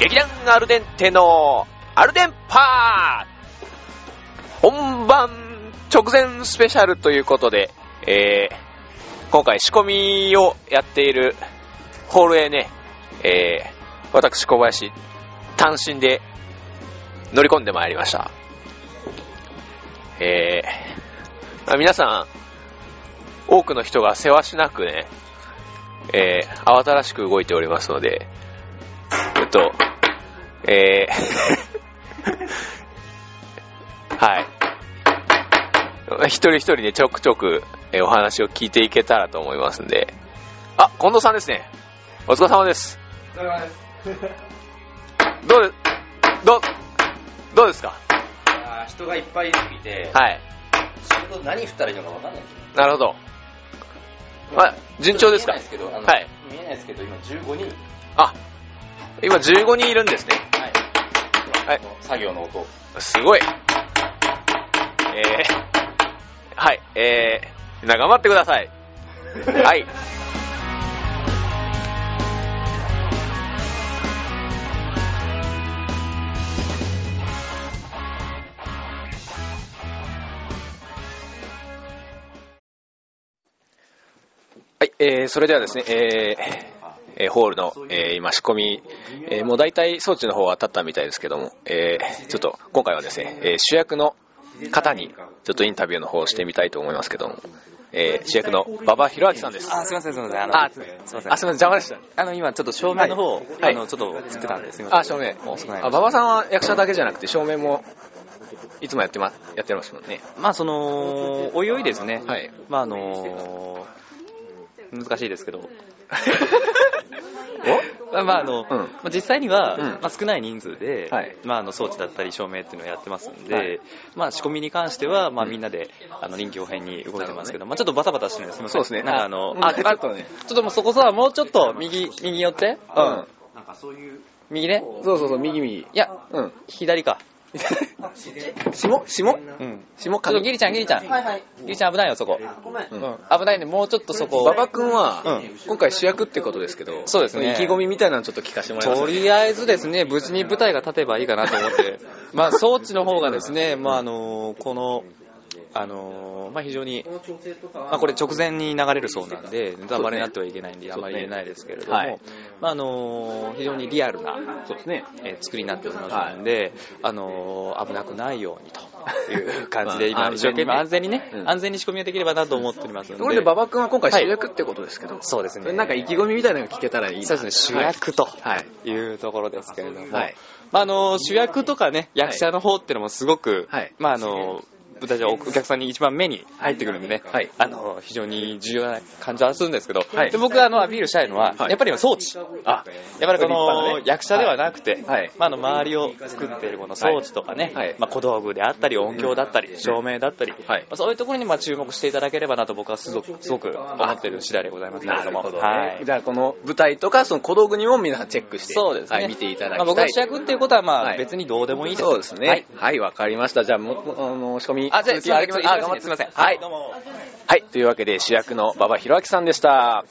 劇団アルデンテのアルデンパー本番直前スペシャルということで、えー、今回仕込みをやっているホールへね、えー、私小林単身で乗り込んでまいりました。えー、あ皆さん、多くの人がせわしなくね、えー、慌ただしく動いておりますので、ちょっと、えー、はい。一人一人ね、ちょくちょく、えーお話を聞いていけたらと思いますんで。あ、近藤さんですね。お疲れ様です。お疲れ様です。どうで、どう、どうですかあー人がいっぱいいすぎて、はい。仕事何振ったらいいのか分かんないんですよ。なるほど。あ、順調ですか見えないですけど、あのはい見えないですけど、今15人。あ、今15人いるんですね。はい。はいこの作業の音。すごい。えー、はい、えー、みんな頑張ってください。はい。はい、えー、それではですね、えーえーホールの、えー今仕込み、えーもう大体装置の方は立ったみたいですけども、えーちょっと今回はですね、えー主役の方にちょっとインタビューの方をしてみたいと思いますけども、えー主役の馬場弘明さんです。あ、すみません、すみません。あの、あ、すみますせみまん、せん。邪魔でした。あの、今、ちょっと照明の方を、はいあの、ちょっと振ってたんです。すみません。あ、照明。もう少ないあ、馬場さんは役者だけじゃなくて、照明もいつもやってま、やってますもん ね。まあ、その、おいおいですね。はい。まあ、あのー難しいですけど。おまあ、あの、うんまあ実際には、うんまあ、少ない人数で、はいまあ、あの、装置だったり、照明っていうのをやってますんで、はいまあ、仕込みに関しては、まあ、うんみんなで、あの、臨機応変に動いてますけど、まあ、ちょっとバタバタしてるんです。すみませそん。うですね。なんか、あの、うんあ、ちちょょっとね。っともうそこさ、もうちょっと、右、右寄って。うん。。右ね。そうそうそう、右右。いや、うん。左か。下下うん。下ちょっとギリちゃん、ギリちゃん。はいはい。ギリちゃん危ないよ、そうこ。ん。危ないんで、もうちょっとそこ馬場君は、うん今回主役ってことですけど、そうですね意気込みみたいなのちょっと聞かせてもらいますとりあえずですね、無事に舞台が立てばいいかなと 思って、まあ、装置の方がですね、まあ、あの、この、あの、まあ、非常に、まあ、これ直前に流れるそうなんで、ネタバレになってはいけないんで、あまり言えないですけれども、はいまあ、あの、非常にリアルな、そうですね。えー作りになっておりますので、あのー危なくないようにという感じでまあ今一生懸命安安全にね、うん安全に仕込みができればなと思っておりますのでところで馬場君は今回主役ってことですけど、そうですそれねなんか意気込みみたいなのが聞けたらいいなそうですね主役とはい。いうところですけれども、はいまああのー主役とかねはい役者の方ってのもすごく、はいまああのー舞台上お客さんに一番目に入ってくるんでね、はいあのー非常に重要な感じはするんですけど、はいで僕があのアピールしたいのは、はいやっぱり装置あ、やっぱり立派こなのね役者ではなくて、はいまあ、あの周りを作っているこの装置とかね、はいはいまあ、小道具であったり音響だったり照明だったり、はいまあそういうところにまあ注目していただければなと僕はすごくすごく思っている次第でございますけれなどるもほど、ねはいじゃあこの舞台とか、その小道具にも皆さんチェックして、そうですね、はい、見ていただきまたあ、い。僕が主役っていうことはまはあい別にどうでもいいですそうですね。ははいい、わ、かりました。じゃあ、もう、あの、仕込み。あじゃあ続きいただきましょうあ頑張ってすいません。ははいいどう。もはい、というわけで主役の馬場弘明さんでした。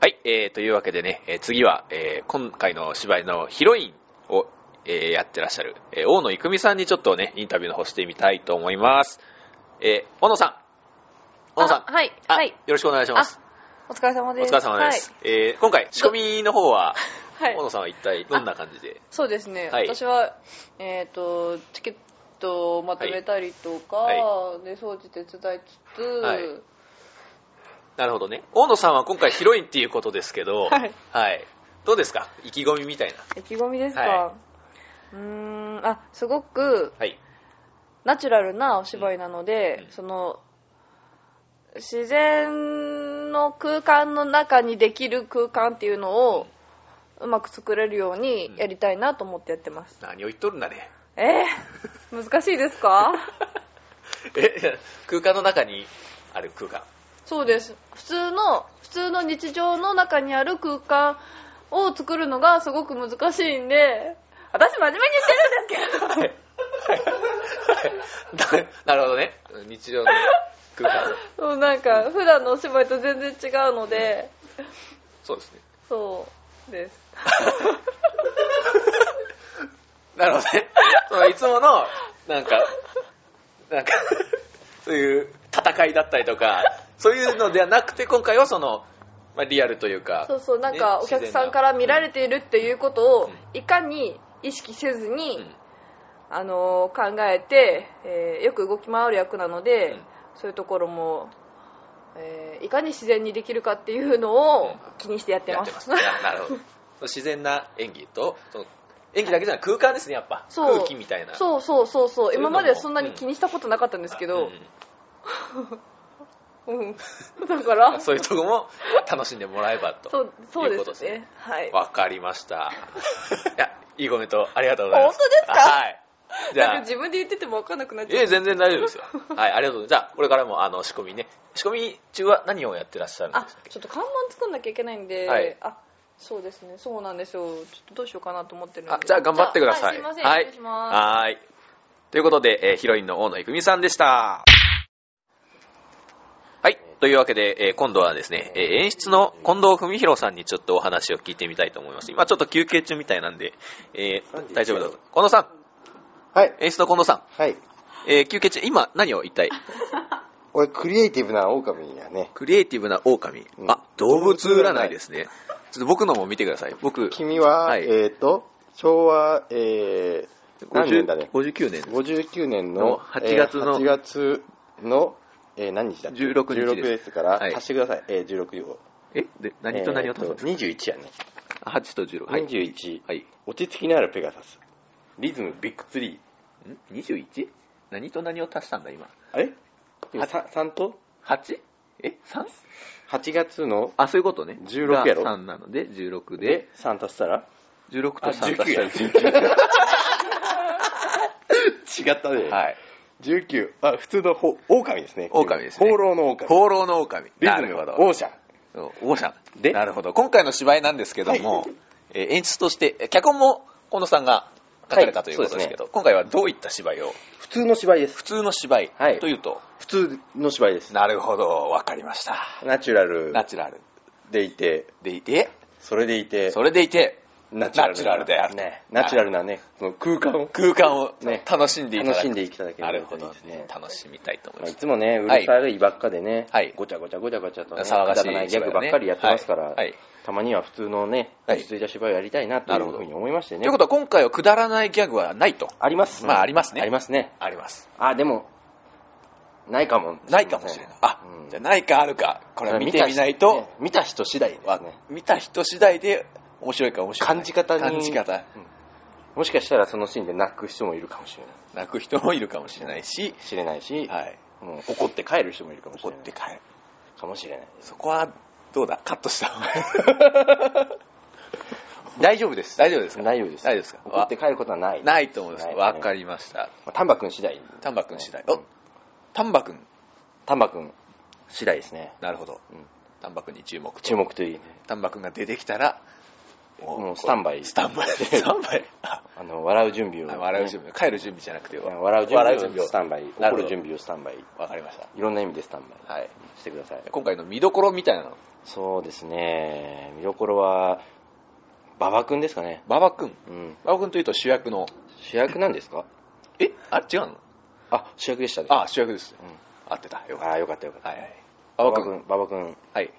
はい、えー、というわけでね、えー次は、えー今回の芝居のヒロインを、えーやってらっしゃる、えー大野育美さんにちょっとね、インタビューの方してみたいと思います。えー、大野さん。大野さん。あはい、あはい。よろしくお願いします。お疲れ様おです。疲れ様です。えー今回、仕込みの方は、はい。はい。大野さんは一体どんな感じでそうですね。はい私は、えっ、と、チケットをまとめたりとか、はで、掃除手伝いつつ、はいなるほどね。大野さんは今回ヒロインっていうことですけど、はい。どうですか意気込みみたいな。意気込みですか、はうーん、あ、すごくはい。ナチュラルなお芝居なので、うんその、自然の空間の中にできる空間っていうのを、うまく作れるようにやりたいなと思ってやっ てます。何を言っとるんだね。えー、難しいですかえ、空間の中にある空 間。そうです普通の普通の日常の中にある空間を作るのがすごく難しいんで私真面目にしてるんですけどなるほどね。日常の空間。そうなんか普段のお芝居と全然違うのでそうですね。そうです。なるほどね。そのいつもの、なんか、なんか、そういう戦いだったりとか、そういうのではなくて、今回はその、まあ、リアルというか、そうそう、なんねかお客さんから見られているっていうことを、いかに意識せずに、うんあのー考えて、えーよく動き回る役なので、うんそういうところも、えーいかに自然にできるかっていうのを気にしてやってやまってす。ます。なるほど。自然な演技と、その演技だけじゃなく空間ですね、やっぱ。そう空気みたいな。 そうそうそうそそうういうのも今まではそんなに気にしたことなかったんですけど、うん だかうんらそういうとこも楽しんでもらえばと。そうそういうでこすとねですねはいわかりました。いや、いいコメントありがとうございます。本当ですかはい。じなんゃかあ、自分で言ってても分かんなくなっちゃえうえ、全然大丈夫ですよ。はい、ありがとうございます。じゃあ、これからも、あの、仕込みね。仕込み中は何をやってらっしゃるんあですかちょっと看板作んなきゃいけないんで、はいあそうですねそうなんですよちょっとどうしようかなと思ってるんであじゃあ、頑張ってください。じゃあはい、すいません、失礼しますはい。はいということで、えーヒロインの大野育美さんでした。はい。というわけで、えー今度はですね、えー演出の近藤文弘さんにちょっとお話を聞いてみたいと思います。今ちょっと休憩中みたいなんで、えー大丈夫だと。近藤さん、はい。演出の近藤さん、はい。えー休憩中、今何を一体俺、クリエイティブな狼やね。クリエイティブな狼。うんあ、動物占いですね。ちょっと僕のも見てください。僕、君は、はいえっ、と、昭和、えー、何年だね。 59年です。 59年のの8月のえー8月の、えー何日だっけ16日です16ですから、はい足してください。えー、16を。えで何と何を足すのえーと ?21 やね。あ ?8 と16。はい。 21、はい。落ち着きのあるペガサス。リズムビッグツリー。ん ?21? 何と何を足したんだ今。あれ ?3 と 8? え ?3? 8月のあ、そういうことね。 16やろが3なので、16でで、3足したら16とあ3足したら19。違ったね。はい。 19。あ、普通のほ狼ですね。狼ですね放浪の狼。放浪の狼。リなズるムほはど。オーシャン。オーシャン。でなるほど。今回の芝居なんですけども、はいえー演出として、えー脚本も近野さんが書かれた、はいということですけど、今回はどういった芝居を普通の芝居です普。通の芝居はいというと、普通の芝居です。なるほど、わかりました。ナチュラルナチュラルでいて、でいて、それでいて、それでい て、ナチュラルナチュラルであるね。ナチュラルなね、その空間を空間をね楽しんでいただく。楽しんでいただけなれるばとほいいどですねね。。楽しみたいと思いまあまいす。つもね、うるはいさいばっかでね、はいごちゃごちゃごちゃごちゃと、ね、騒がしいくだらないギ芝居ャだねグばっかりやってますから、はいはいたまには普通のね、はい落ち着いた芝居をやりたいなとないるほうどふうに思いましてね。ということは今回はくだらないギャグはないと。あります。まあありますねありますね。あります。あ、でも、ないかも。ないかもしれない。あ、うんじゃあないかあるか、これは見てみないと、見た人次第ですわね。見た人次第で面白いか面白くない感じ方に感じ方もしかしたらそのシーンで泣く人もいるかもしれない。泣く人もいるかもしれないし、知れないし、はい、もう怒って帰る人もいるかもし怒っれない。て帰るかもしれない。そこはどうだカットした方がいい 大丈夫です。大丈夫ですか大丈夫です。大丈夫ですか怒って帰ることはない。ないと思うんですないわかりましたまあ丹波くん次第。丹波くん次第うおん丹波くん丹波くん次第ですね。なるほどうん丹波くんに注目注目といいね。丹波くんが出てきたらももうスタンバイスタンバイスタン バイああの、笑う準備を、笑う準備帰る準備じゃなくていや笑う準笑う準備備ををスタンバイ。な怒るほどる準備をスタンバイ。わかりましたいろんな意味でスタンバイはいしてください。今回の見どころみたいなのそうですね。見どころは、馬場くんですかね。馬場くんうん。馬場くんというと主役の主役なんですかえあ違うのあ、主役でしたね。あ主役ですうん、合ってたよかっあーよかったよかったた。はいはい馬馬場場くくんん、馬場くん、はい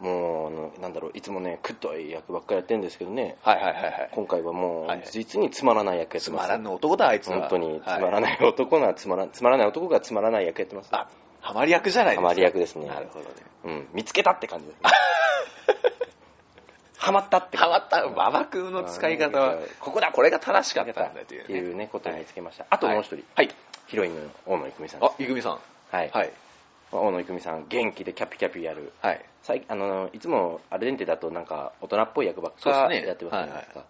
もうあの、なんだろう、いつもね、くっとい役ばっかりやってるんですけどね、はいはいはいはい今回はもう、はい実につまらない役やっつてます。まらぬ男だあいつは本当に、つまはらいない男な、つまら、つまらない男がつまらない役やってます。あハマり役じゃないですハかマり役ですね。なるほどねうん、見つけたって感じです。ハマったってハ感マった馬場君の使い方はここだこれが正しかっじ。たんだというっねていうね、ことを見つけました。あともう一人、はいヒロインの大野育美さんであす。いぐみさんはい。はい大野育美さん、元気でキャピキャピやる。はい最近あのいつもアルデンテだとなんか大人っぽい役ばっそうかですねやってますじゃないですかで,、は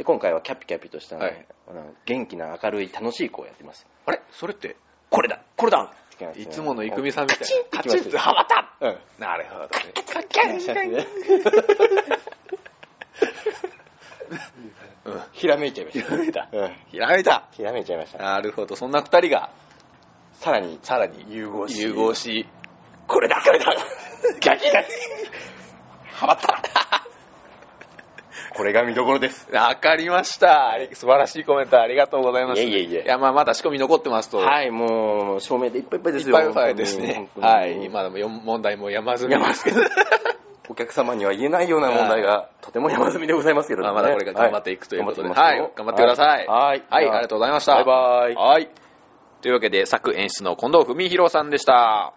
い今回はキャピキャピとした、はいあの元気な明るい楽しい子をやってますあれそれってこれだこれだきますねいつものいくみさんみたいなカカチチンンっとてきますよハマったうんなるほどねうんひらめいちゃいましたひらめいたうんひらめいたひらめいちゃいましたなるほどそんな二人がさらにさらに融合し融合し これだこれだガキガキハマったこれが見どころです。わかりました。素晴らしいコメントありがとうございます。いえいえいえいや、まあ、まだ仕込み残ってますと。はい、もう、照明でいっぱいいっぱいでいすっよ。ぱいいっぱいですね。本当にはい。今でもよ問題も山積み。山積みお客様には言えないような問題が、とても山積みでございますけれどまあも、ね。まだこれが頑張っていくということで。ははい。頑頑張張っっててくくだだささい。いは。はいいありがとうございました。バイバイ はい。というわけで、作演出の近藤文博さんでした。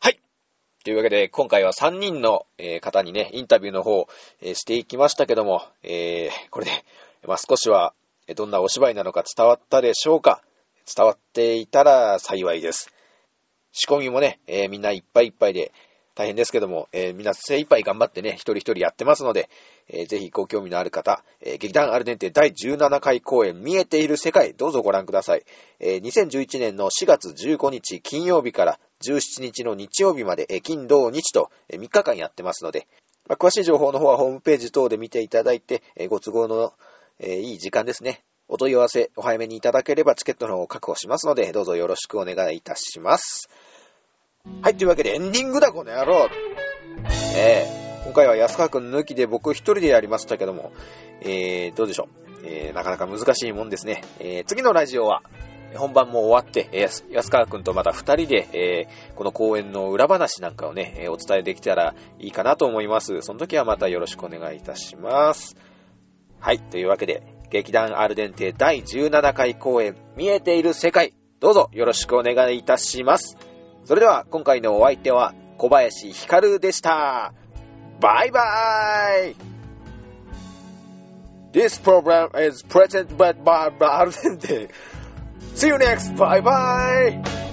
はい。というわけで、今回は3人のえー方にね、インタビューの方、えーしていきましたけども、えーこれで、まあ、少しは、えーどんなお芝居なのか伝わったでしょうか伝わっていたら幸いです。仕込みもね、えーみんないっぱいいっぱいで大変ですけども、えーみんな精一杯頑張ってね、一人一人やってますので、えーぜひご興味のある方、えー劇団アルデンテ第17回公演見えている世界、どうぞご覧ください。えー2011年の4月15日金曜日から17日の日曜日まで、えー金土日と、え3日間やってますので、まあ詳しい情報の方はホームページ等で見ていただいて、えーご都合の、えーいい時間ですね。お問い合わせ、お早めにいただければチケットの方を確保しますので、どうぞよろしくお願いいたします。はい、というわけでエンディングだ、この野郎ええ今回は安川くん抜きで僕一人でやりましたけども、えー、どうでしょう。えー、なかなか難しいもんですね。えー、次のラジオは、本番も終わって、えー安安川くんとまた二人で、えー、この公演の裏話なんかをね、えーお伝えできたらいいかなと思います。その時はまたよろしくお願いいたします。はい、というわけで、劇団アルデンテ第17回公演、見えている世界、どうぞよろしくお願いいたします。それでは今回のお相手は小林ひかるでした。バイバイ !This program is presented by Barbara See you next! Bye bye!